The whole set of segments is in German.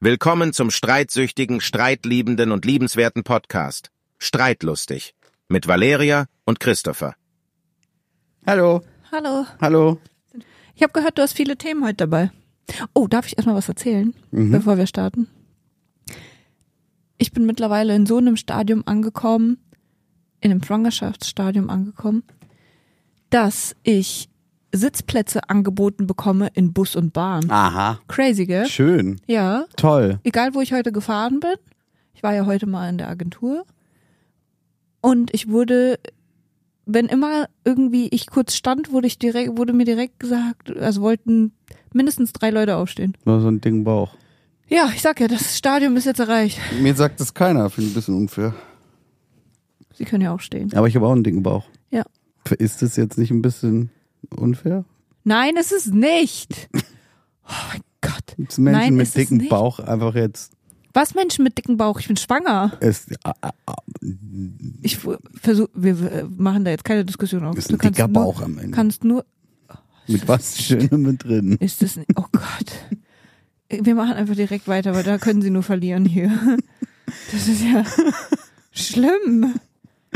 Willkommen zum streitsüchtigen, streitliebenden und liebenswerten Podcast Streitlustig mit Valeria und Christopher. Hallo, Hallo. hallo. Ich habe gehört, du hast viele Themen heute dabei. Oh, darf ich erstmal was erzählen, bevor wir starten? Ich bin mittlerweile in so einem Stadium angekommen, in einem Schwangerschaftsstadium angekommen, dass ich Sitzplätze angeboten bekomme in Bus und Bahn. Aha. Crazy, gell? Schön. Ja. Toll. Egal, wo ich heute gefahren bin. Ich war ja heute mal in der Agentur. Und ich wurde, wenn immer irgendwie ich kurz stand, wurde ich direkt, wurde mir direkt gesagt, also wollten mindestens drei Leute aufstehen. Nur so ein dicken Bauch. Ja, ich sag ja, das Stadium ist jetzt erreicht. Mir sagt das keiner, finde ich ein bisschen unfair. Sie können ja auch stehen. Aber ich habe auch einen dicken Bauch. Ja. Ist das jetzt nicht ein bisschen unfair? Nein, es ist nicht. Oh mein Gott. Dass Menschen Nein, mit ist es dickem nicht. Bauch einfach jetzt. Was Menschen mit dicken Bauch? Ich bin schwanger. Es, ah, ah, Ich versuche, wir äh, machen da jetzt keine Diskussion auf. ist Du ein kannst dicker nur- Bauch am Ende. Kannst nur mit was Schönem mit drin. Ist das nicht? Oh Gott. Wir machen einfach direkt weiter, weil da können sie nur verlieren hier. Das ist ja schlimm.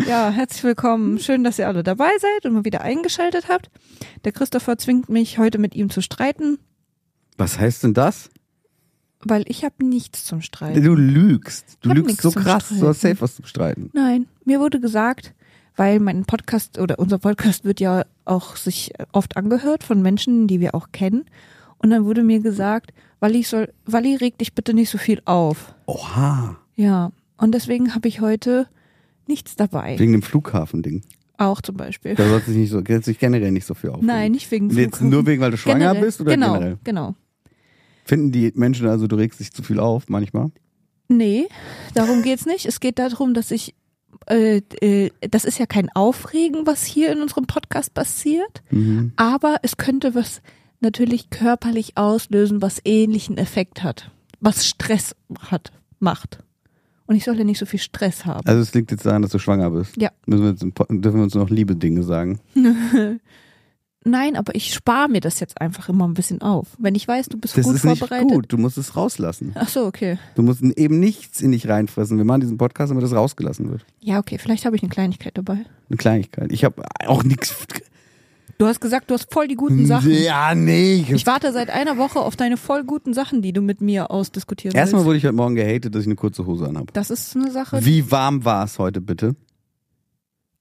Ja, herzlich willkommen. Schön, dass ihr alle dabei seid und mal wieder eingeschaltet habt. Der Christopher zwingt mich, heute mit ihm zu streiten, Was heißt denn das? weil ich habe nichts zum Streiten. Du lügst. Du Ich hab lügst nichts so zum krass. Du hast Streiten. safe was zu bestreiten. Nein, mir wurde gesagt, weil mein Podcast oder unser Podcast wird ja auch sich oft angehört von Menschen, die wir auch kennen. Und dann wurde mir gesagt, Wally, soll, Wally reg dich bitte nicht so viel auf. Oha. Ja, und deswegen habe ich heute nichts dabei. Wegen dem Flughafending. Auch zum Beispiel. Da sollst du dich nicht so, kannst du dich generell nicht so viel aufregen. Nein, nicht wegen Jetzt Flughafen. nur wegen, weil du schwanger generell. bist oder genau, generell? Genau. Finden die Menschen also, du regst dich zu viel auf manchmal? Nee, darum geht's nicht. Es geht darum, dass ich. Äh, äh, das ist ja kein Aufregen, was hier in unserem Podcast passiert, Mhm. aber es könnte was natürlich körperlich auslösen, was ähnlichen Effekt hat, was Stress hat, macht. Und ich soll ja nicht so viel Stress haben. Also es liegt jetzt daran, dass du schwanger bist. Ja. Müssen wir jetzt im Po- dürfen wir uns noch liebe Dinge sagen. Nein, aber ich spare mir das jetzt einfach immer ein bisschen auf. Wenn ich weiß, du bist Das gut ist nicht vorbereitet. gut. Du musst es rauslassen. Ach so, okay. Du musst eben nichts in dich reinfressen. Wir machen diesen Podcast, damit das rausgelassen wird. Ja, okay, vielleicht habe ich eine Kleinigkeit dabei. Eine Kleinigkeit. Ich habe auch nichts. Du hast gesagt, du hast voll die guten Sachen. Ja, nee. Ich Ich warte seit einer Woche auf deine voll guten Sachen, die du mit mir ausdiskutierst. Erstmal wurde ich heute Morgen gehatet, dass ich eine kurze Hose anhabe. Das ist eine Sache. Wie warm war es heute bitte?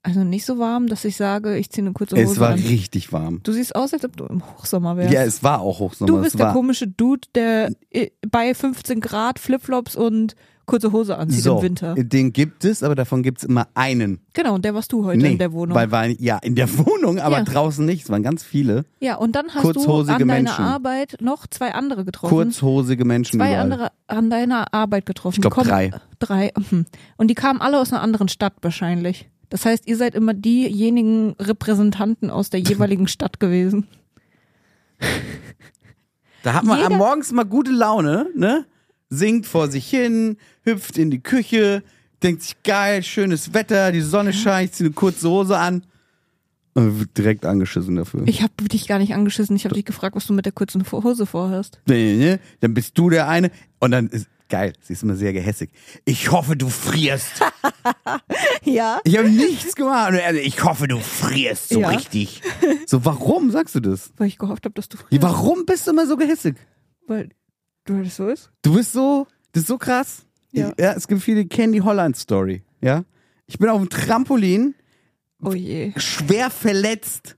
Also nicht so warm, dass ich sage, ich ziehe eine kurze Hose es war an. richtig warm. Du siehst aus, als ob du im Hochsommer Ja. wärst. es war auch Hochsommer. du bist es der war komische Dude, der äh, bei 15 Grad Flipflops und kurze Hose anzieht so, im Winter. Den gibt es, aber davon gibt es immer einen. Genau, und der warst du heute in der Wohnung. Weil, weil, ja, in der Wohnung, aber Ja. draußen nicht. Es waren ganz viele ja, und dann hast du Kurzhosige an deiner Menschen. Arbeit noch zwei andere getroffen. kurzhosige Menschen. zwei überall. andere an deiner Arbeit getroffen. Ich glaub, Die kommen- drei. Drei. mhm. Und die kamen alle aus einer anderen Stadt wahrscheinlich. Das heißt, ihr seid immer diejenigen Repräsentanten aus der jeweiligen Stadt gewesen. Da hat man Jeder- am morgens mal gute Laune, ne? Singt vor sich hin, hüpft in die Küche, denkt sich geil, schönes Wetter, die Sonne scheint, zieht eine kurze Hose an. Und wird direkt angeschissen dafür. Ich habe dich gar nicht angeschissen. Ich habe dich gefragt, was du mit der kurzen Hose vorhast. Nee, nee, nee. Dann bist du der eine. Und dann ist geil, sie ist immer sehr gehässig. Ich hoffe, du frierst. Ja. Ich habe nichts gemacht. Also, Ich hoffe, du frierst so Ja. richtig. So, warum sagst du das? Weil ich gehofft habe, dass du frierst. Ja, warum bist du immer so gehässig? Weil du das so ist. Du bist so, das ist so krass. Ja. Ich, ja es gibt viele Candy Holland Story. Ja. Ich bin auf dem Trampolin Oh je. schwer verletzt.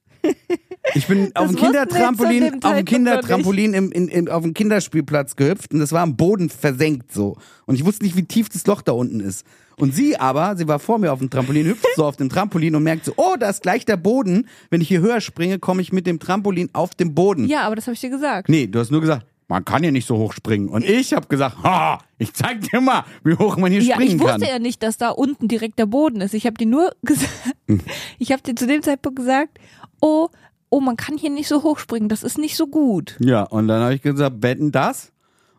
Ich bin auf dem wussten wir jetzt zu Kindertrampolin, dem auf dem Zeitpunkt Kindertrampolin im, in, in, auf dem Kinderspielplatz gehüpft und das war am Boden versenkt so. Und ich wusste nicht, wie tief das Loch da unten ist. Und sie aber, sie war vor mir auf dem Trampolin, hüpft so auf dem Trampolin und merkt so, oh, da ist gleich der Boden. Wenn ich hier höher springe, komme ich mit dem Trampolin auf den Boden. Ja, aber das habe ich dir gesagt. Nee, du hast nur gesagt, man kann hier nicht so hoch springen. Und ich habe gesagt, ha, ich zeig dir mal, wie hoch man hier Ja, ich springen wusste kann. ja nicht, dass da unten direkt der Boden ist. Ich habe dir nur gesagt, Hm. ich habe dir zu dem Zeitpunkt gesagt, oh, oh, man kann hier nicht so hoch springen, das ist nicht so gut. Ja, und dann habe ich gesagt, wetten das?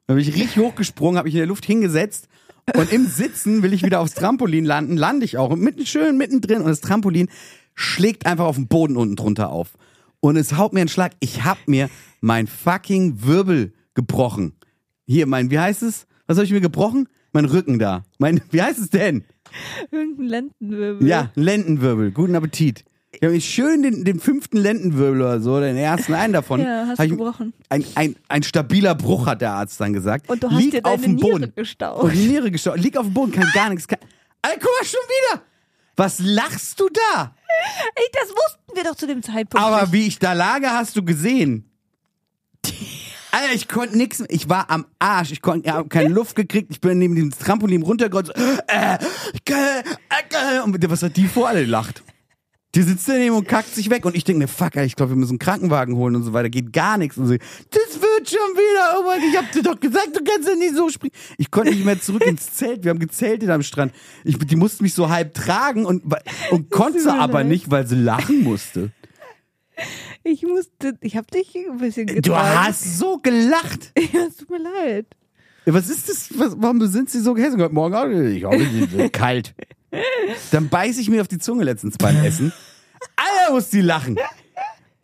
Dann bin ich richtig hochgesprungen, habe mich in der Luft hingesetzt und im Sitzen will ich wieder aufs Trampolin landen, lande ich auch und mitten schön mittendrin und das Trampolin schlägt einfach auf den Boden unten drunter auf. Und es haut mir einen Schlag. Ich hab mir mein fucking Wirbel gebrochen. Hier mein, wie heißt es? Was habe ich mir gebrochen? Mein Rücken da. Mein, wie heißt es denn? Irgendein Lendenwirbel. Ja, Lendenwirbel. Guten Appetit. Ich habe mir schön den, den fünften Lendenwirbel oder so, den ersten einen davon. Ja, hast hab ich, gebrochen. Ein, ein, ein stabiler Bruch, hat der Arzt dann gesagt. Und du hast Liegt dir auf deine dem Niere Boden. gestaucht. Und die Niere gestaucht. Liegt auf dem Boden, kann gar nichts. Kann, Alter, guck mal, schon wieder. Was lachst du da? Ey, das wussten wir doch zu dem Zeitpunkt. Aber nicht. wie ich da lage, hast du gesehen. Alter, ich konnte nichts. Ich war am Arsch. Ich konnte ich hab keine Luft gekriegt. Ich bin neben dem Trampolin runtergerollt. So, äh, äh, äh, und was hat die vor? Alle lacht. Die sitzt daneben und kackt sich weg. Und ich denke mir, fuck, Alter, ich glaube, wir müssen einen Krankenwagen holen und so weiter. Geht gar nichts. Und sie, das wird schon wieder. Oh mein Gott, ich hab dir doch gesagt, du kannst ja nicht so springen. Ich konnte nicht mehr zurück ins Zelt. Wir haben gezeltet am Strand. Ich, die musste mich so halb tragen und, und mir konnte aber leid. nicht, weil sie lachen musste. Ich musste, ich hab dich ein bisschen getragen. Du hast so gelacht. Ja, es tut mir leid. Was ist das? Was, warum sind sie so gehässig? Heute Morgen auch nicht. Ich auch nicht. Kalt. Dann beiß ich mir auf die Zunge letztens beim Essen. Alle muss die lachen.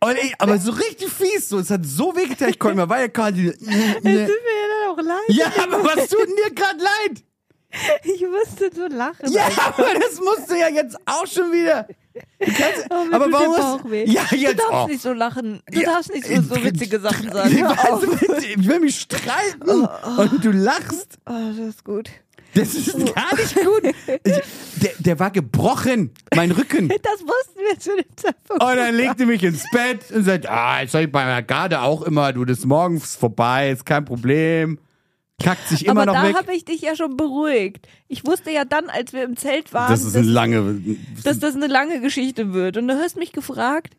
Und ich, aber so richtig fies. So, es hat so weh getan. Ich konnte mir weiter. Konnte, Es tut mir ja dann auch leid. Ne. ja, aber was tut denn dir gerade leid? Ich musste so lachen. Also, Ja, aber das musst du ja jetzt auch schon wieder. Du kannst, Oh, mir aber tut warum der musst- Bauch weh. Ja, jetzt du darfst oh. nicht so lachen. Ja. Du Also- darfst nicht so, so witzige Sachen sagen. Ich, Hör auf. weiß, ich will mich streiten und du lachst. Oh, das ist gut. Das ist gar nicht gut. Ich, der, der war gebrochen, mein Rücken. Das wussten wir zu dem Zeitpunkt. Und Oh, dann legte mich ins Bett und sagt, ah, jetzt soll ich bei meiner Garde auch immer, du, das ist morgens vorbei, ist kein Problem. Kackt sich immer aber noch da weg. habe ich dich ja schon beruhigt. Ich wusste ja dann, als wir im Zelt waren, Das ist eine lange. dass das eine lange Geschichte wird. Und du hast mich gefragt,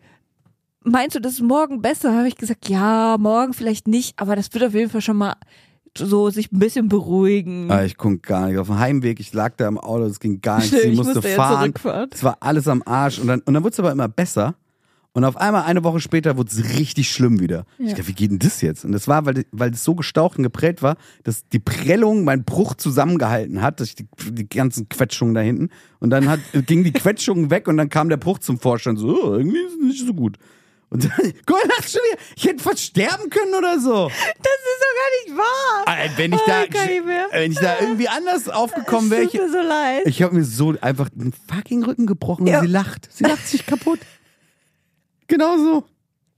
meinst du, das ist morgen besser? Habe ich gesagt, ja, morgen vielleicht nicht, aber das wird auf jeden Fall schon mal so sich ein bisschen beruhigen. Ah, ich konnte gar nicht. Auf dem Heimweg, ich lag da im Auto, es ging gar nichts. Stimmt, ich ich musste musste ja fahren. zurückfahren. Es war alles am Arsch. Und dann, und dann wurde es aber immer besser. Und auf einmal, eine Woche später, wurde es richtig schlimm wieder. Ich Ja. dachte, wie geht denn das jetzt? Und das war, weil, weil es so gestaucht und geprellt war, dass die Prellung meinen Bruch zusammengehalten hat, dass ich die, die ganzen Quetschungen da hinten. Und dann hat, ging die Quetschungen weg und dann kam der Bruch zum Vorstand. So, oh, irgendwie ist es nicht so gut. Und dann, guck mal, lach schon wieder. Ich hätte fast sterben können oder so. Das ist doch gar nicht wahr. Ah, Wenn ich Oh, da, kann ich mehr. wenn ich da irgendwie anders aufgekommen wäre, Es ich, tut mir so leid. ich habe mir so einfach den fucking Rücken gebrochen Ja. und sie lacht. Sie lacht sich kaputt. Genau so.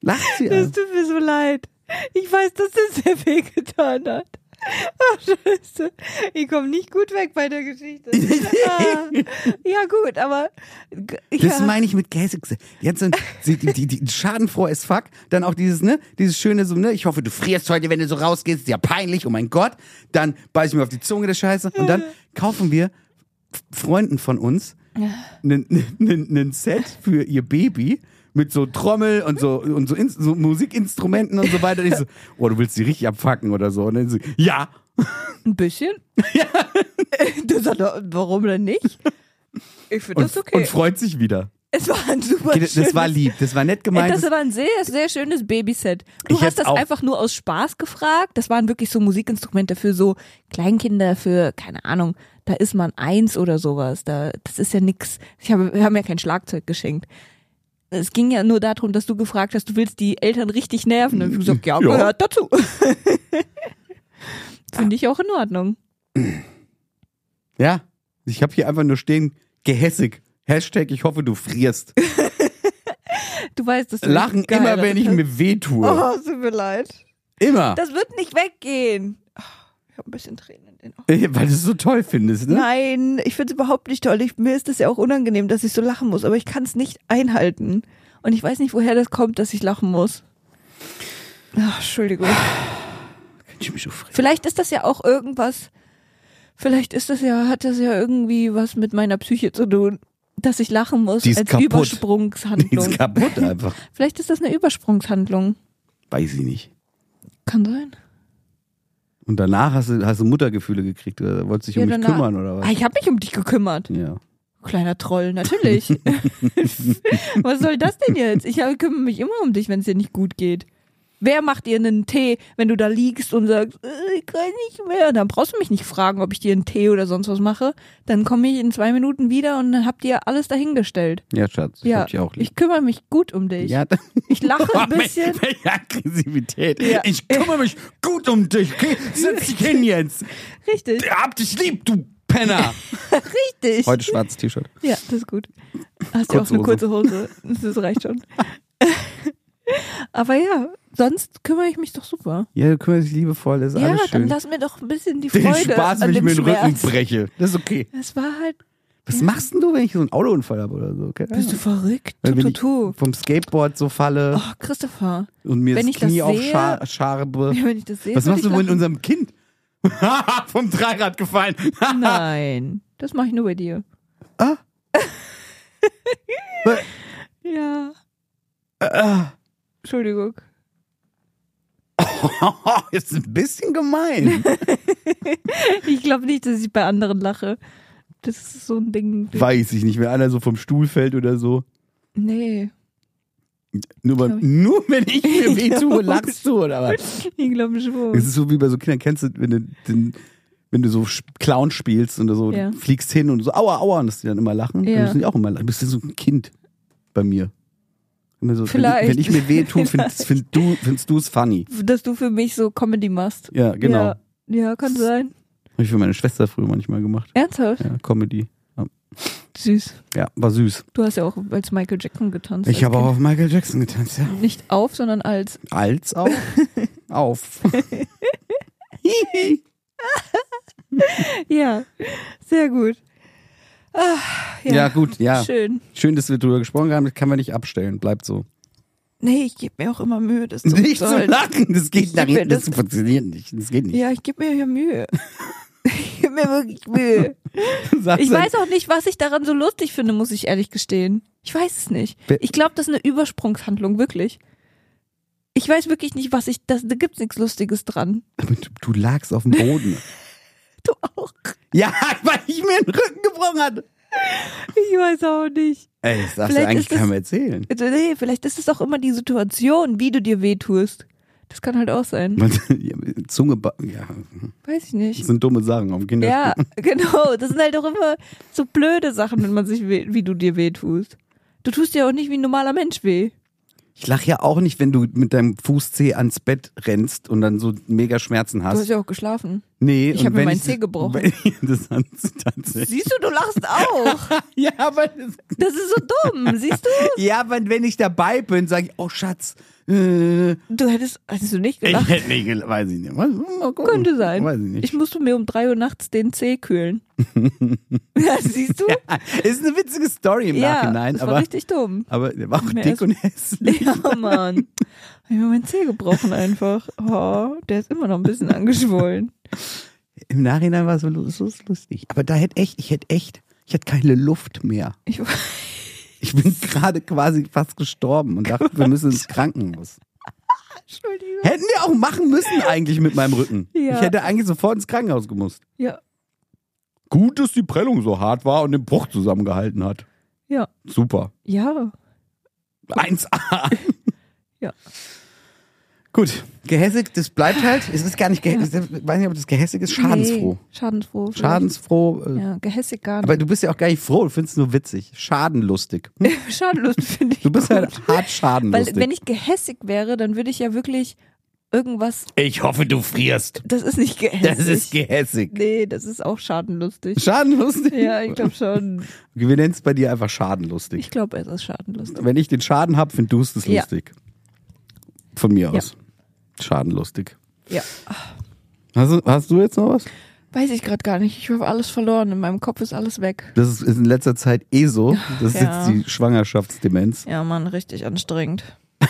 Lacht sie. Es an. tut mir so leid. Ich weiß, dass das sehr weh getan hat. Ach, scheiße. Ich komme nicht gut weg bei der Geschichte. ah, ja, gut, aber. g- Ja. Das meine ich mit Gäsig. Jetzt sind sie, die, die, die schadenfroh as fuck. Dann auch dieses, ne, dieses schöne, so, ne, ich hoffe, du frierst heute, wenn du so rausgehst, ist ja peinlich, oh mein Gott. Dann beiß ich mir auf die Zunge der Scheiße. Und dann kaufen wir F- Freunden von uns ein Set für ihr Baby mit so Trommel und so und so, Ins- so Musikinstrumenten und so weiter. Und ich so, oh, du willst die richtig abfacken oder so. Und dann so, ja. Ein bisschen? Du sagst, doch, warum denn nicht? Ich finde Und, das okay. und freut sich wieder. es war ein super Das, schönes, war lieb, das war nett gemeint. Das war ein sehr, sehr schönes Babyset. Du Ich hätt's hast das auch- einfach nur aus Spaß gefragt. Das waren wirklich so Musikinstrumente für so Kleinkinder, für, keine Ahnung, da ist man eins oder sowas. Da, das ist ja nix. Ich habe, wir haben ja kein Schlagzeug geschenkt. Es ging ja nur darum, dass du gefragt hast, du willst die Eltern richtig nerven. Und ich hab gesagt, Ja. ja, gehört dazu. Finde ich auch in Ordnung. Ja, ich habe hier einfach nur stehen, gehässig. Hashtag, ich hoffe, du frierst. Du weißt, dass du Lachen nicht geheiratet immer, wenn ich hast. mir weh tue. Oh, es tut mir leid. Immer. Das wird nicht weggehen. Oh, Ich habe ein bisschen Tränen in den Augen. Weil du es so toll findest, ne? Nein, ich finde es überhaupt nicht toll. Ich, mir ist das ja auch unangenehm, dass ich so lachen muss, aber ich kann es nicht einhalten. Und ich weiß nicht, woher das kommt, dass ich lachen muss. Ach, Entschuldigung. Kann ich mich so frieren? Vielleicht ist das ja auch irgendwas. Vielleicht ist das ja, hat das ja irgendwie was mit meiner Psyche zu tun, dass ich lachen muss Die ist als kaputt. Die Übersprungshandlung. ist kaputt einfach. Vielleicht ist das eine Übersprungshandlung. Weiß ich nicht. Kann sein. Und danach hast du, hast du Muttergefühle gekriegt oder wolltest dich um mich danach- kümmern oder Ah, was? ich habe mich um dich gekümmert. Ja. Kleiner Troll, natürlich. was soll das denn jetzt? Ich hab- kümmere mich immer um dich, wenn es dir nicht gut geht. Wer macht dir einen Tee, wenn du da liegst und sagst, äh, ich kann nicht mehr? Dann brauchst du mich nicht fragen, ob ich dir einen Tee oder sonst was mache. Dann komme ich in zwei Minuten wieder und dann habt ihr alles dahingestellt. Ja, Schatz, ich ja, hab dich auch lieb. ich kümmere mich gut um dich. ja, Ich lache ein bisschen. Welche Aggressivität. Ja. Ich kümmere mich gut um dich. Okay, setz dich hin jetzt. Richtig, Hab dich lieb, du Penner. richtig. Heute schwarzes T-Shirt. Ja, das ist gut. Hast ja auch eine kurze Kurze Hose. Das reicht schon. Aber ja, sonst kümmere ich mich doch super. Ja, du kümmerst dich liebevoll, ist ja, alles dann schön. lass mir doch ein bisschen die Den Freude Spaß, wenn an ich dem mir den Rücken Schmerz. breche. Das ist okay. Das war halt, Was machst denn du, wenn ich so einen Autounfall habe oder so? Keine bist du Ahnung. verrückt? Tu, Wenn tu, ich tu. vom Skateboard so falle Oh, Christopher, und mir Oh, wenn das ich das Knie sehe- aufscha- scharbe. wenn ich das sehe, Was würd machst ich du wohl mit lachen. unserem Kind? vom Dreirad gefallen. Nein, das mache ich nur bei dir. Ah. Ja, Äh, Entschuldigung. ist ein bisschen gemein. Ich glaube nicht, dass ich bei anderen lache. Das ist so ein Ding. Weiß ich nicht, wenn einer so vom Stuhl fällt oder so. Nee, Nur, Glaub beim, ich. nur wenn ich mir weh tue, Ja. lachst du oder was? ich glaube schon. Es ist so wie bei so Kindern, kennst du, wenn du, den, wenn du so Sch- Clown spielst und du so Ja. du fliegst hin und so aua, aua, und dass die dann immer lachen. Ja. Dann müssen die auch immer lachen. Du bist ja so ein Kind bei mir. Immer so, Vielleicht. Wenn, ich- wenn ich mir weh tue, findest, find du, findest du es funny. dass du für mich so Comedy machst. Ja, genau. Ja, ja kann sein. Habe ich für meine Schwester früher manchmal gemacht. Ernsthaft? Ja, Comedy. Süß. Ja, war süß. Du hast ja auch als Michael Jackson getanzt. Ich als habe auch auf Michael Jackson getanzt, ja. Kind. Nicht auf, sondern als. Als auf? auf. Ja, sehr gut. Ah, ja. ja. gut, ja. Schön. Schön. dass wir drüber gesprochen haben. Das kann man nicht abstellen. Bleibt so. Nee, ich gebe mir auch immer Mühe, das zu Nicht zu sollen. lachen. Das geht nach Ich hinten. Das finde funktioniert nicht. Das geht nicht. Ja, ich gebe mir ja Mühe. Ich gebe mir wirklich Mühe. Sag's Ich dann. weiß auch nicht, was ich daran so lustig finde, muss ich ehrlich gestehen. Ich weiß es nicht. Wer- Ich glaube, das ist eine Übersprungshandlung, wirklich. Ich weiß wirklich nicht, was ich. Das, da gibt's nichts Lustiges dran. Aber du, du lagst auf dem Boden. Du auch. ja, weil ich mir den Rücken gebrochen hatte. Ich weiß auch nicht. Ey, das darfst Vielleicht du eigentlich ist das- keinem erzählen. Also, nee, vielleicht ist es auch immer die Situation, wie du dir wehtust. Das kann halt auch sein. Man- ja, Zunge, ba- ja, Weiß ich nicht. das sind dumme Sachen auf dem Kinderspiel. Ja, genau. Das sind halt auch immer so blöde Sachen, wenn man sich weh, wie du dir weh tust. Du tust dir auch nicht wie ein normaler Mensch weh. Ich lache ja auch nicht, wenn du mit deinem Fußzeh ans Bett rennst und dann so mega Schmerzen Du hast hast. ja auch geschlafen. Nee, Ich und hab mir wenn meinen Zeh gebrochen. Wenn, das hat tatsächlich. Siehst du, du lachst auch. Ja, aber, das- Das ist so dumm, siehst du? ja, aber wenn ich dabei bin, sage ich, oh Schatz, äh, ich Du hättest, hättest du nicht gelacht. hätte nicht, gel- weiß ich nicht. Mal, mal gucken. Könnte sein. Weiß ich nicht. Ich musste mir um drei Uhr nachts den Zeh kühlen. ja, siehst du? Ist eine witzige Story im Ja, Nachhinein, das war aber, richtig dumm. aber der war auch Mir dick ist- und hässlich. Ja, Mann. Hab Ich habe meinen Zeh gebrochen einfach. Oh, der ist immer noch ein bisschen angeschwollen. Im Nachhinein war es so lu- so lustig. Aber da hätte echt, ich hätte echt, ich hätte keine Luft mehr. Ich, Ich bin gerade quasi fast gestorben und dachte, wir müssen ins Krankenhaus. Entschuldigung. Hätten wir auch machen müssen eigentlich mit meinem Rücken. Ja. Ich hätte eigentlich sofort ins Krankenhaus gemusst. Ja, Gut, dass die Prellung so hart war und den Bruch zusammengehalten hat. ja, Super. ja. 1A. Ja. Gut. Gehässig, das bleibt halt. Es ist gar nicht gehässig. Ich weiß nicht, ob das gehässig ist. Schadensfroh. Nee, schadensfroh. vielleicht. Schadensfroh. äh, Ja, gehässig gar nicht. Aber du bist ja auch gar nicht froh. Du findest es nur witzig. Schadenlustig. Schadenlustig finde ich. hm? Du bist gut. halt hart Weil, schadenlustig. wenn ich gehässig wäre, dann würde ich ja wirklich irgendwas. ich hoffe, du frierst. Das ist nicht gehässig. Das ist gehässig. Nee, das ist auch schadenlustig. Schadenlustig? Ja, ich glaube schon. Okay, wir nennen es bei dir einfach schadenlustig. Ich glaube, es ist schadenlustig. Wenn ich den Schaden hab, findest du es das Ja. lustig. Von mir Ja. aus. Schadenlustig. Ja. Hast du, hast du jetzt noch was? Weiß ich gerade gar nicht. Ich habe alles verloren. In meinem Kopf ist alles weg. Das ist, ist in letzter Zeit eh so. Das ist Ja. jetzt die Schwangerschaftsdemenz. Ja, Mann, richtig anstrengend.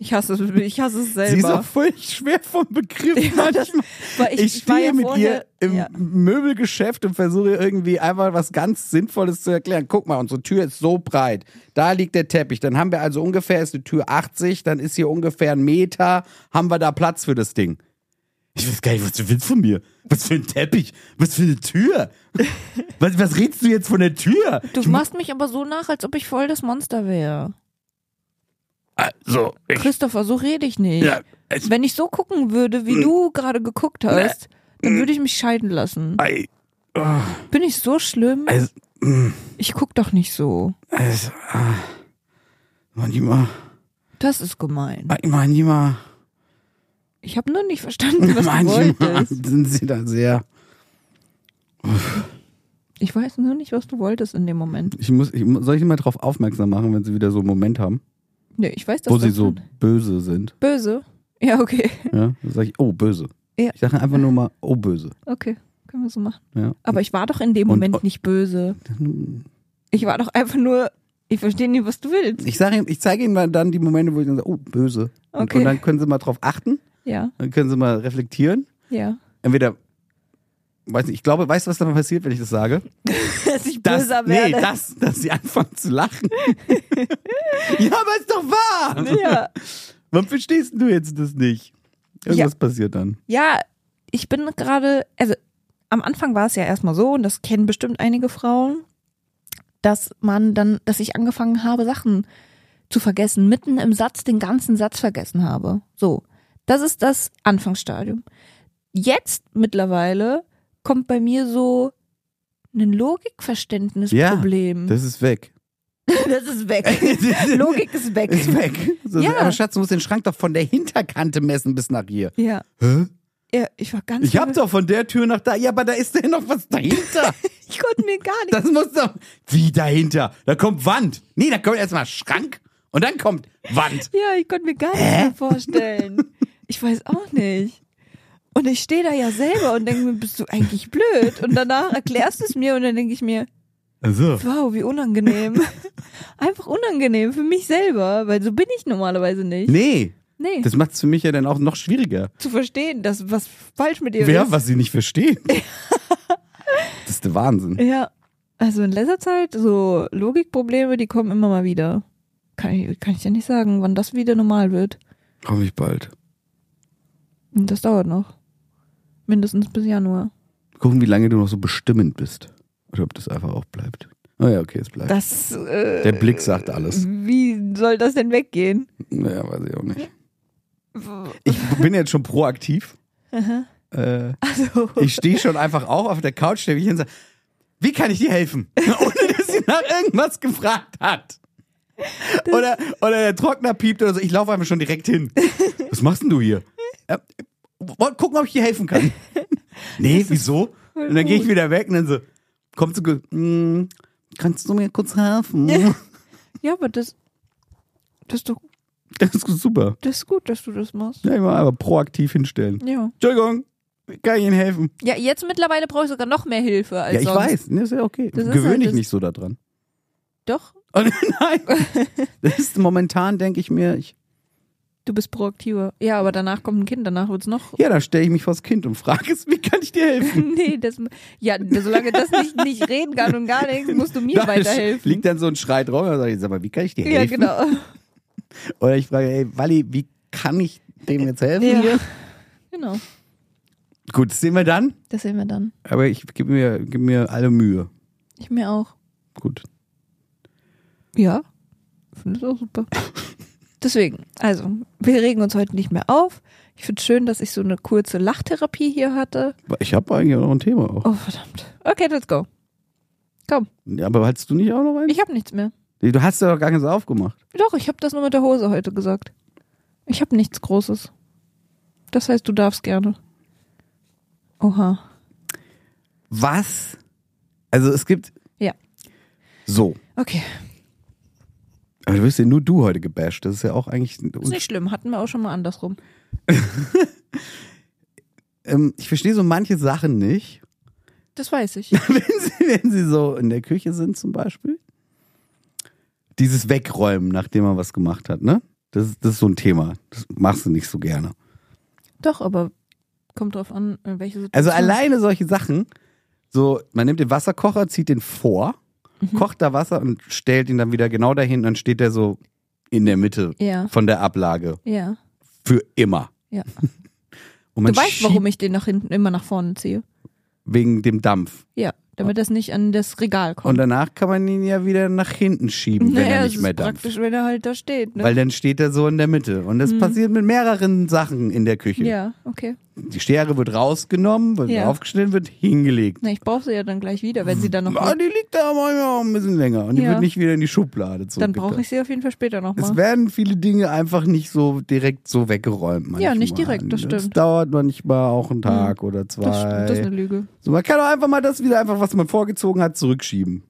Ich hasse es, ich hasse es Sie ist auch selber. voll schwer vom Begriff. Ja, das- manchmal. weil ich- ich ich war stehe ja mit vorher- ihr im ja. Möbelgeschäft und versuche irgendwie einfach was ganz Sinnvolles zu erklären. Guck mal, unsere Tür ist so breit. Da liegt der Teppich. Dann haben wir also ungefähr, ist die Tür 80, dann ist hier ungefähr ein Meter. Haben wir da Platz für das Ding? Ich weiß gar nicht, was du willst von mir. Was für ein Teppich? Was für eine Tür? Was, was redest du jetzt von der Tür? Du machst mich aber so nach, als ob ich voll das Monster wäre. Also, ich, Christopher, so rede ich nicht. ja, es, Wenn ich so gucken würde, Hm. wie du gerade geguckt hast, dann würde ich mich scheiden lassen. Äh. ei, oh, Bin ich so schlimm? es, Ich guck doch nicht so. es, ah, manchmal, Das ist Äh. gemein. manchmal, Ich habe nur nicht verstanden, was du Manchmal. wolltest. sind sie da sehr. Ich weiß nur nicht, was du wolltest in dem Moment. Ich muss, ich, mu- soll ich sie mal drauf aufmerksam machen, wenn sie wieder so einen Moment haben, Nee, ich weiß das wo sie doch so schon. böse sind? Böse? Ja, okay. Ja, dann sage ich, oh, böse. Ja. Ich sage einfach nur mal, oh, böse. Okay, können wir so machen. Ja. Aber ich war doch in dem Und- Moment nicht böse. Ich war doch einfach nur, ich verstehe nicht, was du willst. Ich, sag ihm, ich zeige Ihnen mal dann die Momente, wo ich dann sage, oh, böse. Und, Okay. und dann können Sie mal drauf achten, Ja, dann können Sie mal reflektieren. ja. Entweder, weiß nicht, ich glaube, weißt du, was dann passiert, wenn ich das sage? Dass ich Dass, böser nee, werde. das, dass sie anfangen zu lachen. ja, aber ist doch wahr! ja. Warum verstehst du jetzt das nicht? Irgendwas passiert dann. ja, ich bin gerade, also am Anfang war es ja erstmal so, und das kennen bestimmt einige Frauen, dass man dann, dass ich angefangen habe, Sachen zu vergessen, mitten im Satz den ganzen Satz vergessen habe. So, das ist das Anfangsstadium. Jetzt mittlerweile kommt bei mir so ein Logikverständnisproblem. Das ist weg. das ist weg. Logik ist weg. Ist weg. So, Ja. Aber Schatz, du musst den Schrank doch von der Hinterkante messen bis nach hier. Ja, Hä? ja, ich war ganz. Ich hab doch von der Tür nach da. Ja, aber da ist ja noch was dahinter. Ich konnte mir gar nicht. Das muss doch. Wie dahinter? Da kommt Wand. Nee, da kommt erstmal Schrank und dann kommt Wand. Ja, ich konnte mir gar nichts mehr vorstellen. Ich weiß auch nicht. Und ich stehe da ja selber und denke mir, bist du eigentlich blöd? Und danach erklärst du es mir und dann denke ich mir, Also. wow, wie unangenehm. Einfach unangenehm für mich selber, weil so bin ich normalerweise nicht. Nee, Nee, das macht's für mich ja dann auch noch schwieriger. zu verstehen, dass was falsch mit dir Wer, ist. was sie nicht verstehen. Das ist der Wahnsinn. Ja, also in letzter Zeit so Logikprobleme, die kommen immer mal wieder. Kann ich, kann ich dir nicht sagen, wann das wieder normal wird. Komm ich bald. Und Hm, das dauert noch. Mindestens bis Januar. Gucken, wie lange du noch so bestimmend bist. Oder ob das einfach auch bleibt. Oh ja, okay, es bleibt. Das Mhm. äh, Der Blick sagt alles. Wie soll das denn weggehen? Naja, weiß ich auch nicht. Ich bin jetzt schon proaktiv. Äh, Also, ich stehe schon einfach auch auf der Couch, stelle mich hin und sage, wie kann ich dir helfen? Ohne dass sie nach irgendwas gefragt hat. Oder, oder der Trockner piept oder so. Ich laufe einfach schon direkt hin. Was machst denn du hier? Äh, wollt gucken, ob ich dir helfen kann. Nee, wieso? Und dann gehe ich wieder weg und dann so, kommt so, "Mm, kannst du mir kurz helfen? ja, aber das, das, ist doch, Das ist super. das ist gut, dass du das machst. Ja, immer aber proaktiv hinstellen. Ja. Entschuldigung, kann ich Ihnen helfen? Ja, jetzt mittlerweile brauche ich sogar noch mehr Hilfe als ja, ich sonst. weiß. Ne, ist ja okay. Das ist Gewöhne halt ich das- mich so daran. Doch, Oh, nein. Das ist momentan, denke ich mir, ich, du bist proaktiver. Ja, aber danach kommt ein Kind, danach wird's noch. ja, da stelle ich mich vors Kind und frage es, wie kann ich dir helfen? nee, das, ja, solange das nicht, nicht reden kann und gar nichts, musst du mir Da weiterhelfen. liegt dann so ein Schrei drauf und sage ich, sag mal, wie kann ich dir ja, helfen? genau. Oder ich frage, ey, Walli, wie kann ich dem jetzt helfen hier? Ja. Genau. Gut, das sehen wir dann. Das sehen wir dann. Aber ich gebe mir, geb mir alle Mühe. Ich mir auch. Gut. Ja, finde ich auch super. Deswegen, also, wir regen uns heute nicht mehr auf. Ich finde schön, dass ich so eine kurze Lachtherapie hier hatte. Ich habe eigentlich auch noch ein Thema auch. Oh, verdammt. Okay, let's go. Ja, Aber hattest du nicht auch noch eins? Ich habe nichts mehr. Du hast ja doch gar nichts aufgemacht. Doch, ich habe das nur mit der Hose heute gesagt. Ich habe nichts Großes. Das heißt, du darfst gerne. Oha. Was? Also es gibt. Ja. So. Okay, Aber du wirst ja nur du heute gebasht. Das ist ja auch eigentlich. ist nicht schlimm. Hatten wir auch schon mal andersrum. ähm, ich verstehe so manche Sachen nicht. Das weiß ich. wenn, sie, wenn sie so in der Küche sind zum Beispiel. Dieses Wegräumen, nachdem man was gemacht hat, ne? Das, ist- das ist so ein Thema. Das machst du nicht so gerne. Doch, aber kommt drauf an, in welche Situation. Also alleine solche Sachen, so, man nimmt den Wasserkocher, zieht den vor, Mhm. kocht da Wasser und stellt ihn dann wieder genau dahin, dann steht der so in der Mitte Ja, von der Ablage. ja, Für immer. ja. Und Du man weißt, schiebt warum ich den nach hinten immer nach vorne ziehe. Wegen dem Dampf. Ja, damit das nicht an das Regal kommt. Und danach kann man ihn ja wieder nach hinten schieben, wenn er Naja, nicht es mehr ist dampft. praktisch, wenn er halt da steht. Ne? Mhm. Weil dann steht er so in der Mitte. Und das passiert mit mehreren Sachen in der Küche. ja, okay. Die Schere wird rausgenommen, wird Ja. aufgeschnitten, wird hingelegt. Na, ich brauche sie ja dann gleich wieder, wenn sie dann noch. Ah, die liegt da manchmal ein bisschen länger und die Ja. wird nicht wieder in die Schublade dann zurückgetan. brauche ich sie auf jeden Fall später Es nochmal. werden viele Dinge einfach nicht so direkt so weggeräumt. Manchmal. Ja, nicht direkt, das Es stimmt. Mhm. dauert manchmal auch einen Tag oder zwei. Das stimmt, das ist eine Lüge. So, man kann auch einfach mal das wieder einfach, was man vorgezogen hat, zurückschieben.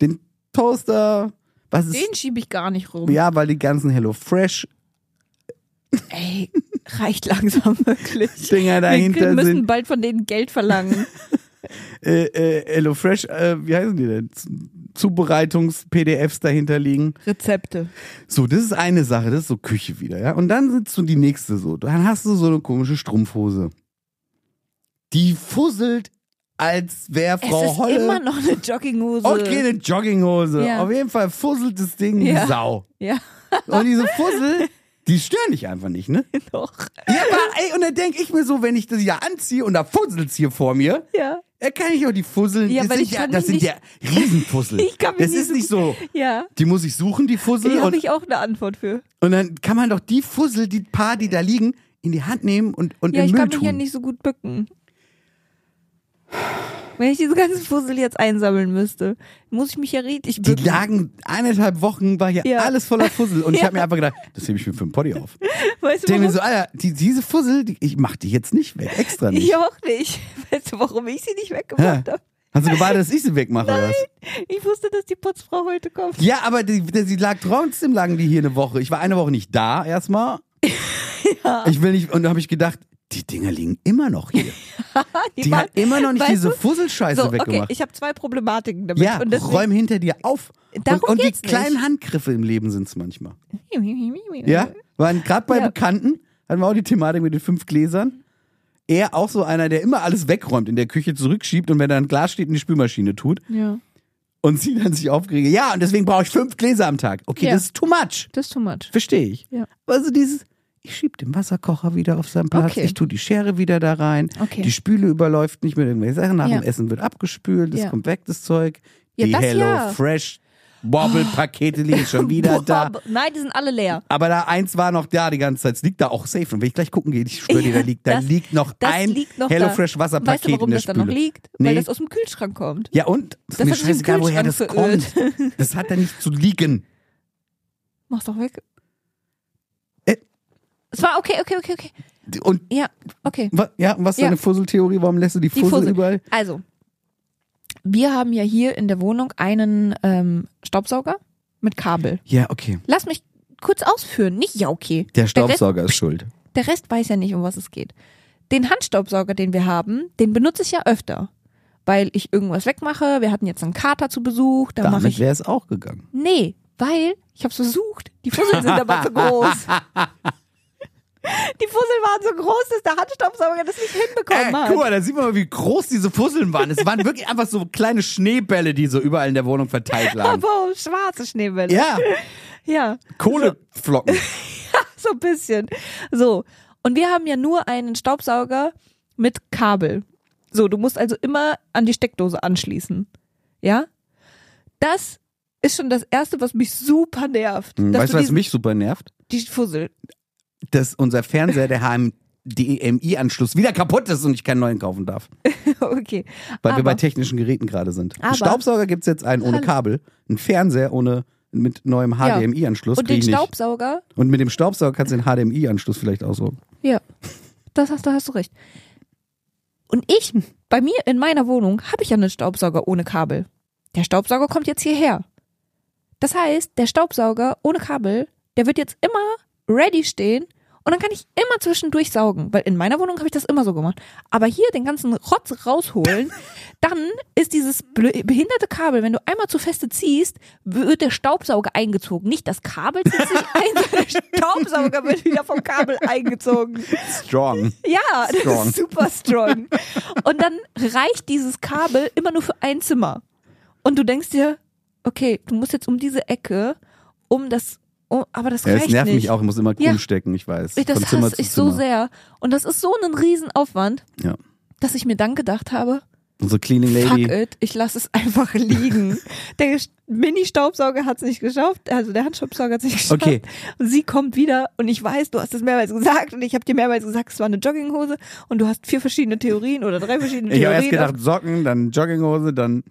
Den Toaster, was ist? Den schiebe ich gar nicht rum. Ja, weil die ganzen Hello Fresh Ey, reicht langsam wirklich. Dinger Wir dahinter müssen sind. bald von denen Geld verlangen. Äh, äh, Hello Fresh, äh, wie heißen die denn? Z- Zubereitungs-PDFs dahinter liegen. Rezepte. So, das ist eine Sache, das ist so Küche wieder, ja. Und dann sitzt du die nächste so. Dann hast du so eine komische Strumpfhose. Die fusselt, als wäre Frau es ist Holle. immer noch eine Jogginghose. und keine Jogginghose. Ja. Auf jeden Fall fusselt das Ding Ja. wie Sau. Ja, Und diese Fussel, die stören dich einfach nicht, ne? doch. Ja, aber ey, und dann denk ich mir so, wenn ich das hier anziehe und da fusselt's hier vor mir, Ja. dann kann ich auch die Fusseln. Ja, das weil sind ich ja, kann das mich sind ja Riesenfussel. Ich kann mich das nicht ist so- nicht so. Ja. Die muss ich suchen, die Fussel. Da Und, habe ich auch eine Antwort für. und dann kann man doch die Fussel, die paar, die da liegen, in die Hand nehmen und, und Ja, in ich den kann Müll mich tun. ja nicht so gut bücken. Wenn ich diese ganzen Fussel jetzt einsammeln müsste, muss ich mich ja richtig die bücken. lagen eineinhalb Wochen, war hier Ja. alles voller Fussel. Und ich habe mir einfach gedacht, das hebe ich mir für den Potti auf. weißt Ich du, denke mir warum? so, Alter, die, diese Fussel, die, ich mach die jetzt nicht weg, extra nicht. Ich auch nicht. Weißt du, warum ich sie nicht weggemacht Ja. habe? Hast du gewartet, dass ich sie wegmache oder was? Ich wusste, dass die Putzfrau heute kommt. Ja, aber die, die, die lag trotzdem lagen die hier eine Woche. Ich war eine Woche nicht da erstmal. Ich will nicht und da habe ich gedacht, die Dinger liegen immer noch hier. Die, Ah, war- hat immer noch nicht weißt diese du? Fusselscheiße so, okay, weggemacht. ich habe zwei Problematiken damit. ja, und deswegen- räum hinter dir auf. Darum und und die geht's nicht. kleinen Handgriffe im Leben sind's manchmal. Ja, waren gerade bei Ja. Bekannten, hatten wir auch die Thematik mit den fünf Gläsern. Er auch so einer, der immer alles wegräumt, in der Küche zurückschiebt und wenn da ein Glas steht, in die Spülmaschine tut. Ja, Und sie dann sich aufgeregt. Ja, und deswegen brauche ich fünf Gläser am Tag. Okay, Ja. das ist too much. das ist too much. Verstehe ich. Ja. Aber so dieses, ich schieb den Wasserkocher wieder auf seinen Platz, Okay. ich tue die Schere wieder da rein, Okay. die Spüle überläuft nicht mit irgendwelchen Sachen, nach Ja. dem Essen wird abgespült, es Ja. kommt weg, das Zeug. Ja, die das Hello ja. Fresh Wobble-Pakete liegen schon wieder da. Boah, Nein, die sind alle leer. Aber da eins war noch da die ganze Zeit. Es liegt da auch safe. Und wenn ich gleich gucken gehe, ich schwöre dir, da liegt, da Das- liegt noch das ein liegt noch Hello da. Fresh Wasserpaket Weißt du, warum in der das da noch Spüle. liegt? Weil Nee. das aus dem Kühlschrank kommt. Ja und? Das Das ist mir hat sich im scheißegal, woher das Kühlschrank verirrt. kommt. Das hat da nicht zu liegen. Mach's doch weg. Äh. Es war okay, okay, okay, okay. Und Ja, okay. wa- ja, und was ist Ja. deine Fusseltheorie? Warum lässt du die Die Fussel, Fussel. überall? Also, wir haben ja hier in der Wohnung einen ähm, Staubsauger mit Kabel. Ja, okay. Lass mich kurz ausführen. Nicht ja, okay. Der Rest- Staubsauger ist schuld. Der Rest weiß ja nicht, um was es geht. Den Handstaubsauger, den wir haben, den benutze ich ja öfter, weil ich irgendwas wegmache. Wir hatten jetzt einen Kater zu Besuch, da mache Damit ich. wäre es auch gegangen. Nee, weil ich habe versucht. Die Fusseln sind aber zu groß. Die Fusseln waren so groß, dass der Handstaubsauger das nicht hinbekommen hat. da sieht man Äh, mal, wie groß diese Fusseln waren. Es waren wirklich einfach so kleine Schneebälle, die so überall in der Wohnung verteilt lagen. Wow, schwarze Schneewelle. Ja, ja. Kohleflocken. so ein bisschen. So. Und wir haben ja nur einen Staubsauger mit Kabel. So, du musst also immer an die Steckdose anschließen. Ja? Das ist schon das Erste, was mich super nervt. Hm, dass Weißt du du, was diesen- mich super nervt? Die Fussel. Dass unser Fernseher, der HDMI-Anschluss, E wieder kaputt ist und ich keinen neuen kaufen darf. okay. Weil wir Aber- bei technischen Geräten gerade sind. Aber- einen Staubsauger gibt's jetzt einen ohne Hallo. Kabel, einen Fernseher ohne mit neuem Ja. HDMI-Anschluss Und krieg den ich nicht. Staubsauger. Und mit dem Staubsauger kannst du den HDMI-Anschluss vielleicht aussuchen. Ja. Das hast, da hast du recht. Und ich, bei mir in meiner Wohnung, habe ich ja einen Staubsauger ohne Kabel. Der Staubsauger kommt jetzt hierher. Das heißt, der Staubsauger ohne Kabel, der wird jetzt immer ready stehen und dann kann ich immer zwischendurch saugen, weil in meiner Wohnung habe ich das immer so gemacht. Aber hier den ganzen Rotz rausholen, dann ist dieses blö- behinderte Kabel, wenn du einmal zu feste ziehst, wird der Staubsauger eingezogen. Nicht das Kabel zieht sich ein, sondern der Staubsauger wird wieder vom Kabel eingezogen. Strong. Ja, das Strong. ist super strong. Und dann reicht dieses Kabel immer nur für ein Zimmer. Und du denkst dir, okay, du musst jetzt um diese Ecke, um das, um, aber das Ja, reicht es nervt nicht. mich auch, ich muss immer Ja. krumm stecken, ich weiß. Ich- Von das Zimmer hasse zu ich so Zimmer. sehr. Und das ist so ein Riesenaufwand, Ja. dass ich mir dann gedacht habe, Unsere Cleaning Lady. Fuck it, ich lasse es einfach liegen. der Ges- Mini-Staubsauger hat es nicht geschafft, also der Handstaubsauger hat es nicht geschafft. Okay. Und sie kommt wieder und ich weiß, du hast es mehrmals gesagt und ich habe dir mehrmals gesagt, es war eine Jogginghose und du hast vier verschiedene Theorien oder drei verschiedene ich habe Theorien. Also, erst gedacht Socken, dann Jogginghose, dann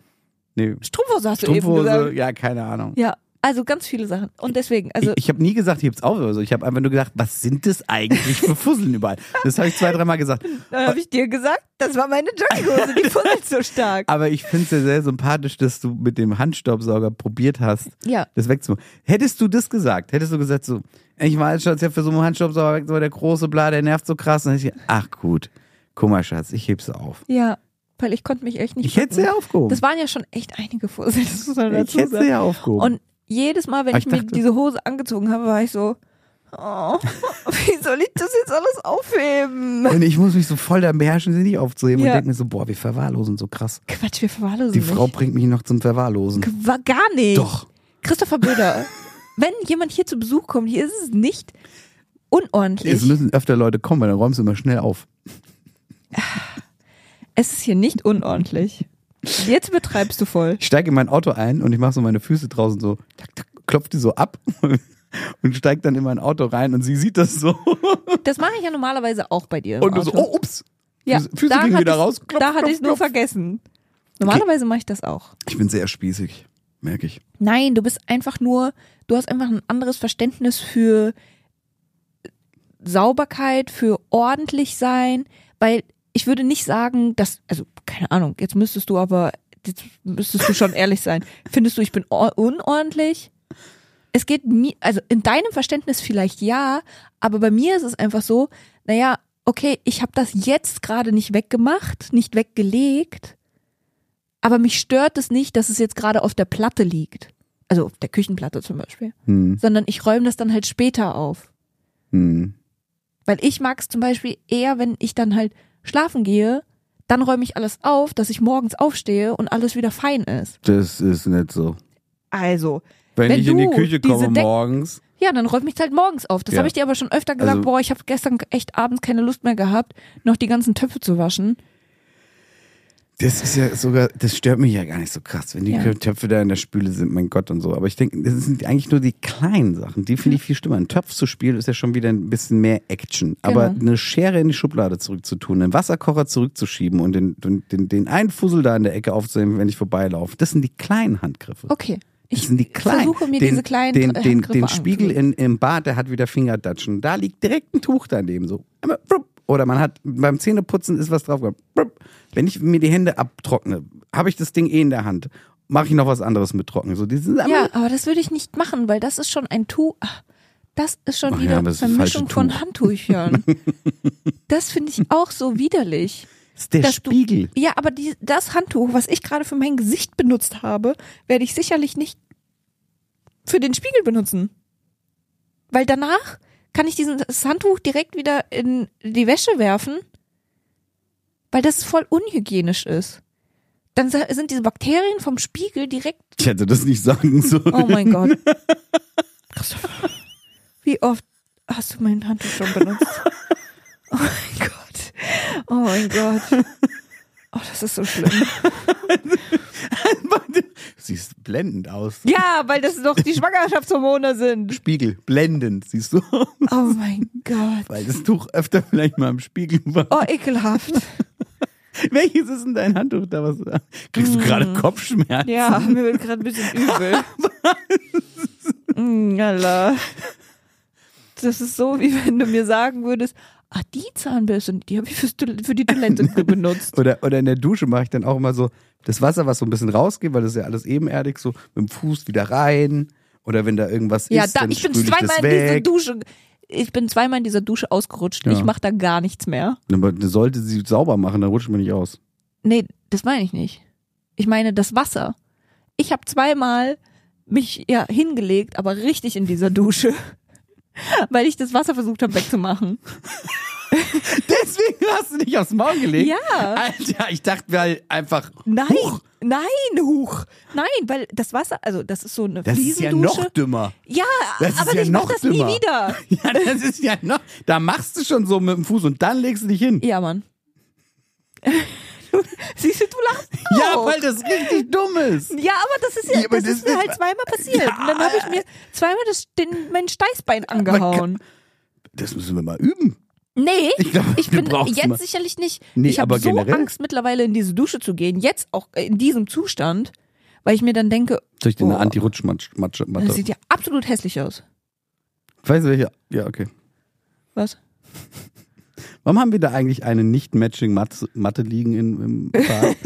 nee, Strumpfhose hast du eben Strumpfhose. gesagt. Ja, keine Ahnung. Ja, also ganz viele Sachen. Und deswegen, also ich ich habe nie gesagt, heb's auf oder so. Ich habe einfach nur gesagt, was sind das eigentlich für Fusseln überall? Das habe ich zwei, dreimal gesagt. Dann habe äh, ich dir gesagt, das war meine Jogginghose, die fummelt so stark. Aber ich finde es ja sehr sympathisch, dass du mit dem Handstaubsauger probiert hast, Ja. das wegzumachen. Hättest du das gesagt, hättest du gesagt so, ich weiß schon, ich habe für so einen Handstaubsauger weg, so der große Bla, der nervt so krass. Und dann hätte ich, gedacht, ach gut, guck mal Schatz, ich heb's auf. Ja, weil ich konnte mich echt nicht. Ich hätte sie packen. ja aufgehoben. Das waren ja schon echt einige Fusseln, das muss man Ich dazu hätte sie sagen. ja aufgehoben. Und jedes Mal, wenn Aber ich, ich mir dachte- diese Hose angezogen habe, war ich so, oh, wie soll ich das jetzt alles aufheben? Und ich muss mich so voll da beherrschen, sie nicht aufzuheben und Ja. denke mir so, boah, wir verwahrlosen so krass. Quatsch, wir verwahrlosen Die nicht. Frau bringt mich noch zum Verwahrlosen. Qua- Gar nicht. Doch. Christopher Böder, wenn jemand hier zu Besuch kommt, hier ist es nicht unordentlich. Es müssen öfter Leute kommen, weil dann räumst du immer schnell auf. es ist hier nicht unordentlich. Jetzt betreibst du voll. Ich steige in mein Auto ein und ich mache so meine Füße draußen so, tak, tak, klopf die so ab und steige dann in mein Auto rein und sie sieht das so Das mache ich ja normalerweise auch bei dir. Im und du Auto. so, oh, ups. ja, Füße da gingen hatte wieder ich- raus. Klopf, da hatte klopf, ich nur klopf. vergessen. Normalerweise mache ich das auch. Ich bin sehr spießig, merke ich. Nein, du bist einfach nur, du hast einfach ein anderes Verständnis für Sauberkeit, für ordentlich sein, weil ich würde nicht sagen, dass, also keine Ahnung, jetzt müsstest du aber, jetzt müsstest du schon ehrlich sein. Findest du, ich bin or- unordentlich? Es geht mir, also in deinem Verständnis vielleicht ja, aber bei mir ist es einfach so, naja, okay, ich habe das jetzt gerade nicht weggemacht, nicht weggelegt, aber mich stört es nicht, dass es jetzt gerade auf der Platte liegt. Also auf der Küchenplatte zum Beispiel. Hm, Sondern ich räume das dann halt später auf. hm. Weil ich mag es zum Beispiel eher, wenn ich dann halt schlafen gehe, dann räume ich alles auf, dass ich morgens aufstehe und alles wieder fein ist. Das ist nicht so. Also, Wenn, Wenn ich in die du Küche diese komme Deck- morgens, ja, dann räume ich halt morgens auf. Das Ja. habe ich dir aber schon öfter gesagt, Also- boah, ich habe gestern echt abends keine Lust mehr gehabt, noch die ganzen Töpfe zu waschen. das ist ja sogar, das stört mich ja gar nicht so krass, wenn die Ja. Töpfe da in der Spüle sind, mein Gott und so. Aber ich denke, das sind eigentlich nur die kleinen Sachen, die finde ich viel schlimmer. Ein Topf zu spielen ist ja schon wieder ein bisschen mehr Action. Aber Genau. eine Schere in die Schublade zurückzutun, einen Wasserkocher zurückzuschieben und den, den, den, den einen Fussel da in der Ecke aufzunehmen, wenn ich vorbeilaufe, das sind die kleinen Handgriffe. Okay. Das Ich sind die kleinen. versuche mir den, diese kleinen den, Tra- den, Handgriffe den Spiegel anzutun. in, im Bad, der hat wieder Fingerdatschen. Da liegt direkt ein Tuch daneben so. Einmal plupp. Oder man hat beim Zähneputzen ist was draufgekommen. Plupp. Wenn ich mir die Hände abtrockne, habe ich das Ding eh in der Hand. Mache ich noch was anderes mit trocken. So, die sind Ja, einmal- aber das würde ich nicht machen, weil das ist schon ein Tu. Ach, Das ist schon Ach ja, wieder aber das ist ein Vermischung falsches von Tuch. Handtüchern. das finde ich auch so widerlich. das ist der dass du- Spiegel. Ja, aber die, das Handtuch, was ich gerade für mein Gesicht benutzt habe, werde ich sicherlich nicht für den Spiegel benutzen. Weil danach kann ich diesen, das Handtuch direkt wieder in die Wäsche werfen, weil das voll unhygienisch ist. Dann sa- sind diese Bakterien vom Spiegel direkt Ich hätte das nicht sagen sollen. Oh mein Gott. Christoph, wie oft hast du mein Handtuch schon benutzt? Oh mein Gott. Oh mein Gott. Oh, das ist so schlimm. Siehst blendend aus. Ja, weil das doch die Schwangerschaftshormone sind. Spiegel, blendend, siehst du. Oh mein Gott. Weil das Tuch öfter vielleicht mal im Spiegel war. Oh, ekelhaft. Welches ist denn dein Handtuch da? Was, kriegst du gerade Kopfschmerzen? Hm. Ja, mir wird gerade ein bisschen übel. Mm, Allah. Das ist so, wie wenn du mir sagen würdest, ah, die Zahnbürste, die habe ich fürs Toil- für die Toilette benutzt. Oder, oder in der Dusche mache ich dann auch immer so das Wasser, was so ein bisschen rausgeht, weil das ist ja alles ebenerdig, so mit dem Fuß wieder rein. Oder wenn da irgendwas Ja, ist, da, dann ich bin spül ich das zweimal in dieser weg. Dusche. Ich bin zweimal in dieser Dusche ausgerutscht. Ja. Ich mache da gar nichts mehr. Aber das sollte sie sauber machen, dann rutscht man nicht aus. Nee, das meine ich nicht. Ich meine das Wasser. Ich habe zweimal mich ja hingelegt, aber richtig in dieser Dusche. Weil ich das Wasser versucht habe wegzumachen. Deswegen hast du dich aufs Maul gelegt? Ja. Alter, ich dachte weil einfach, Nein, Huch, nein, huch. Nein, weil das Wasser, also das ist so eine das ist ja Fliesendusche. noch dümmer. ja, Das ist aber ja ich mach noch das dümmer. nie wieder. Ja, das ist ja noch, da machst du schon so mit dem Fuß und dann legst du dich hin. Ja, Mann. Siehst du, du lachst Ja, weil das richtig dumm ist. Ja, aber das ist ja, Ja, aber das, das ist mir ist- halt zweimal passiert. Und dann habe ich mir zweimal das, den, mein Steißbein angehauen. Das müssen wir mal üben. Nee, ich, Ich glaub, wir bin brauchen's jetzt mal. sicherlich nicht. Nee, ich habe aber so generell? Angst, mittlerweile in diese Dusche zu gehen, jetzt auch äh, in diesem Zustand, weil ich mir dann denke, Soll ich dir eine Boah. Anti-Rutschmatsche? Matsche- das Matte- sieht ja absolut hässlich aus. Weißt du welche? Ja, okay. Was? Warum haben wir da eigentlich eine Nicht-Matching-Matte liegen in, im Park?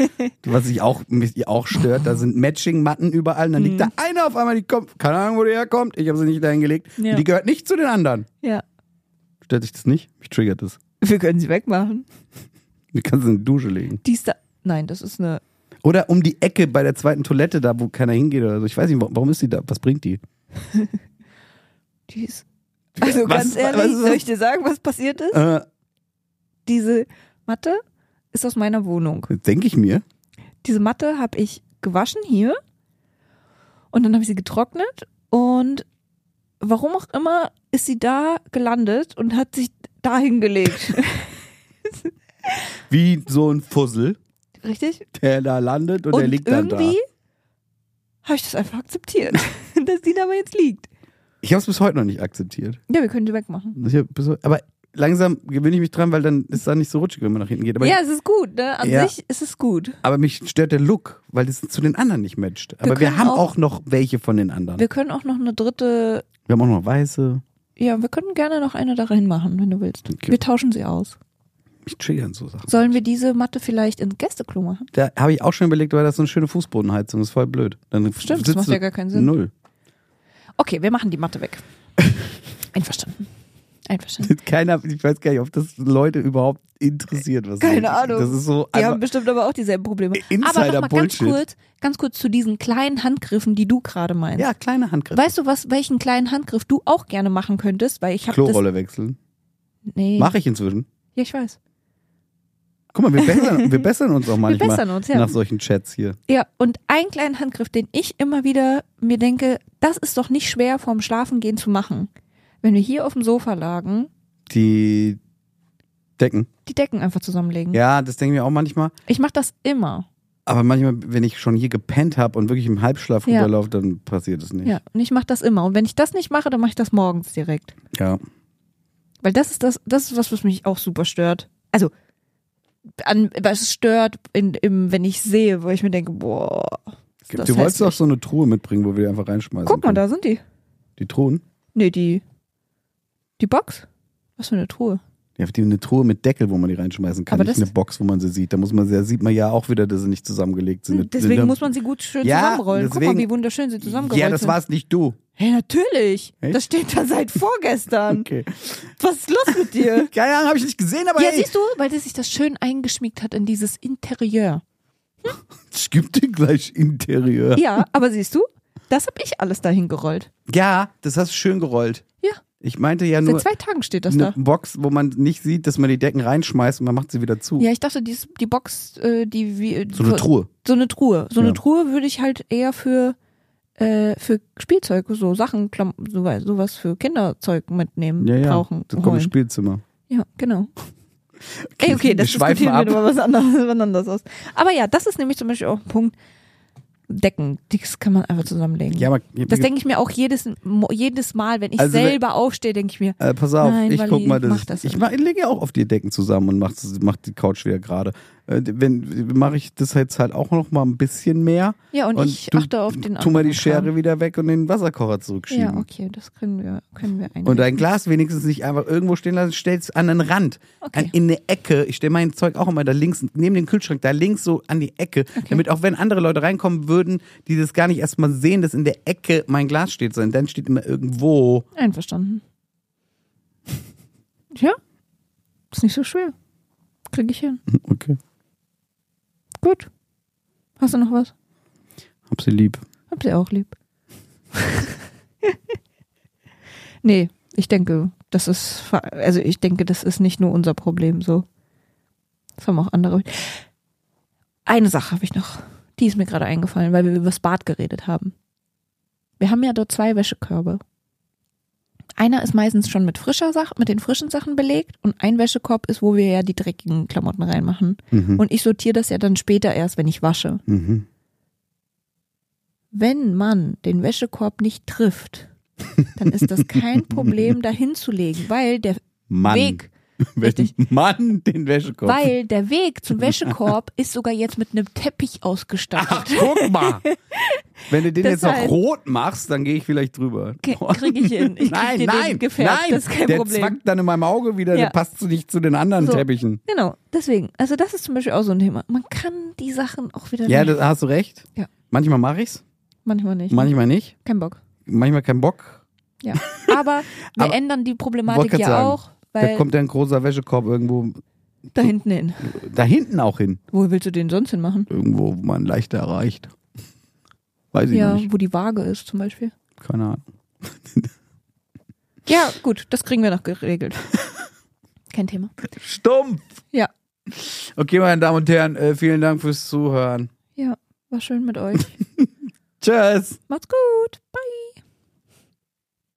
Was sich auch, mich auch stört, da sind Matching-Matten überall. und Dann Hm. liegt da eine auf einmal, die kommt. Keine Ahnung, wo die herkommt. Ich habe sie nicht dahin gelegt. Ja. Und Die gehört nicht zu den anderen. Ja. Stört dich das nicht? Mich triggert das. Wir können sie wegmachen. Die kannst du in die Dusche legen. Die ist da. Nein, das ist eine. Oder um die Ecke bei der zweiten Toilette, da wo keiner hingeht oder so. Ich weiß nicht, wa- warum ist die da? Was bringt die? Die ist. Also was- ganz ehrlich, was ist das? soll ich dir sagen, was passiert ist? Äh, Diese Matte ist aus meiner Wohnung. Denke ich mir. Diese Matte habe ich gewaschen hier und dann habe ich sie getrocknet und warum auch immer ist sie da gelandet und hat sich da hingelegt. Wie so ein Fussel, Richtig? der da landet und, der liegt dann da. irgendwie habe ich das einfach akzeptiert, dass die da aber jetzt liegt. Ich habe es bis heute noch nicht akzeptiert. Ja, wir können sie wegmachen. Ich hab bis heute, aber langsam gewöhne ich mich dran, weil dann ist da nicht so rutschig, wenn man nach hinten geht. Aber, ja, es ist gut, ne? An Ja. sich ist es gut. aber mich stört der Look, weil es zu den anderen nicht matcht. Aber wir, können haben auch- auch, noch welche von den anderen. Wir, Wir können auch noch eine dritte, haben auch noch weiße. ja, wir können gerne noch eine da reinmachen, wenn du willst. Okay. Wir tauschen sie aus. Mich triggern so Sachen. Sollen wir diese Matte vielleicht ins Gästeklo machen? Da habe ich auch schon überlegt, weil das ist so eine schöne Fußbodenheizung ist voll blöd. Dann Stimmt, das sitzt macht du- ja gar keinen Sinn. Null. Okay, wir machen die Matte weg. Einverstanden. Einverstanden. Keiner, ich weiß gar nicht, ob das Leute überhaupt interessiert. Was Keine das ist. Ahnung. Das ist so Die haben einfach, bestimmt aber auch dieselben Probleme. aber noch mal ganz Insider-Bullshit. kurz, ganz kurz zu diesen kleinen Handgriffen, die du gerade meinst. Ja, kleine Handgriffe. Weißt du, was, welchen kleinen Handgriff du auch gerne machen könntest? Weil ich habe das. Klorolle wechseln. Nee. Mache ich inzwischen. Ja, ich weiß. Guck mal, wir bessern, wir bessern uns auch manchmal bessern uns, ja. nach solchen Chats hier. Ja, und einen kleinen Handgriff, den ich immer wieder mir denke, das ist doch nicht schwer vorm Schlafengehen zu machen. Wenn wir hier auf dem Sofa lagen, Die Decken. die Decken einfach zusammenlegen. Ja, das denken wir auch manchmal. Ich mache das immer. Aber manchmal, wenn ich schon hier gepennt habe und wirklich im Halbschlaf Ja. rüberlaufe, dann passiert es nicht. Ja, und ich mache das immer. Und wenn ich das nicht mache, dann mache ich das morgens direkt. Ja. Weil das ist das, das ist was, was mich auch super stört. Also, an, was es stört, in, im, wenn ich sehe, wo ich mir denke, boah. ist das Du wolltest doch hässlich. so eine Truhe mitbringen, wo wir die einfach reinschmeißen. Guck mal, können. da sind die. Die Truhen. Nee, die. Die Box? Was für eine Truhe. Ja, die eine Truhe mit Deckel, wo man die reinschmeißen kann. Aber nicht das- eine Box, wo man sie sieht. Da muss man, da sieht man ja auch wieder, dass sie nicht zusammengelegt sind. Sind Hm, Deswegen da- muss man sie gut schön Ja, zusammenrollen. Guck mal, deswegen- wie wunderschön sie zusammengerollt Ja, das sind. war's nicht du. Hey, natürlich. Echt? Das steht da seit vorgestern. Okay. Was ist los mit dir? Keine Ahnung, habe ich nicht gesehen, aber ja, hey, siehst du, weil sie sich das schön eingeschmiegt hat in dieses Interieur. es gibt dir gleich Interieur. Ja, aber siehst du, das habe ich alles dahin gerollt. Ja, das hast du schön gerollt. Ja, Ich meinte ja seit nur zwei Tagen steht das eine da. Box, wo man nicht sieht, dass man die Decken reinschmeißt und man macht sie wieder zu. Ja, ich dachte, die, ist- die Box, äh, die wie. So eine Truhe. So eine Truhe. So eine Ja. Truhe würde ich halt eher für, äh, für Spielzeug, so Sachen, Klam sowas, sowas für Kinderzeug mitnehmen, Ja, ja. brauchen. das kommt ins holen. Spielzimmer. Ja, genau. Ey, okay, das wir schweifen diskutieren ab. wir nochmal was anderes, was anderes aus. Aber ja, das ist nämlich zum Beispiel auch ein Punkt. Decken, das kann man einfach zusammenlegen. Ja, aber das denke ich mir auch jedes, Mo- jedes Mal, wenn ich Also, wenn- selber aufstehe, denke ich mir, äh, pass auf, Nein, ich Wally, guck mal, dass mach ich, das ich nicht. mach, ich lege ja auch auf die Decken zusammen und mach, mach die Couch wieder gerade. Äh, wenn mache ich das jetzt halt auch noch mal ein bisschen mehr. Ja, und ich achte auf den Tu mal anderen die Schere Kram. wieder weg und den Wasserkocher zurückschieben. ja, okay, das können wir, können wir einrichten. Und dein Glas wenigstens nicht einfach irgendwo stehen lassen, stell's an den Rand, Okay. an, in eine Ecke. Ich stelle mein Zeug auch immer da links, neben den Kühlschrank, da links so an die Ecke, damit auch wenn andere Leute reinkommen würden, die das gar nicht erstmal sehen, dass in der Ecke mein Glas steht, sondern dann steht immer irgendwo. Einverstanden. Ja, ist nicht so schwer. Krieg ich hin. Okay, Gut. Hast du noch was? hab sie lieb. Hab sie auch lieb. nee, ich denke, das ist, ver- also ich denke, das ist nicht nur unser Problem so. Das haben auch andere. Eine Sache habe ich noch. Die ist mir gerade eingefallen, weil wir über das Bad geredet haben. Wir haben ja dort zwei Wäschekörbe. Einer ist meistens schon mit frischer Sach mit den frischen Sachen belegt und ein Wäschekorb ist, wo wir ja die dreckigen Klamotten reinmachen. Und ich sortiere das ja dann später erst, wenn ich wasche. Mhm. Wenn man den Wäschekorb nicht trifft, dann ist das kein Problem, da hinzulegen, weil der Mann. Weg, Wenn Mann den Wäschekorb. weil der Weg zum Wäschekorb ist sogar jetzt mit einem Teppich ausgestattet. Ach, guck mal. Wenn du den Das jetzt noch heißt- rot machst, dann gehe ich vielleicht drüber. Boah. Kriege ich hin. Ich krieg nein, dir nein, den gefärbt, nein. das ist kein der Problem. zwackt dann in meinem Auge wieder, Ja. der passt zu nicht zu den anderen So. Teppichen. Genau, deswegen. Also das ist zum Beispiel auch so ein Thema. Man kann die Sachen auch wieder Ja, nicht. da hast du recht. Ja. Manchmal mache ich's, manchmal nicht. manchmal nicht, Kein Bock. manchmal kein Bock. Ja. Aber wir Aber- ändern die Wollte Problematik grad ja sagen, auch, da weil kommt ein großer Wäschekorb irgendwo da hinten hin. da hinten auch hin, Wo willst du den sonst hin machen? irgendwo, wo man leichter erreicht. Weiß ich Ja, nicht, wo die Waage ist zum Beispiel. keine Ahnung. Ja, gut, das kriegen wir noch geregelt. Kein Thema. Stumpf. Ja. Okay, meine Damen und Herren, äh, vielen Dank fürs Zuhören. Ja, war schön mit euch. Tschüss. Macht's gut. Bye.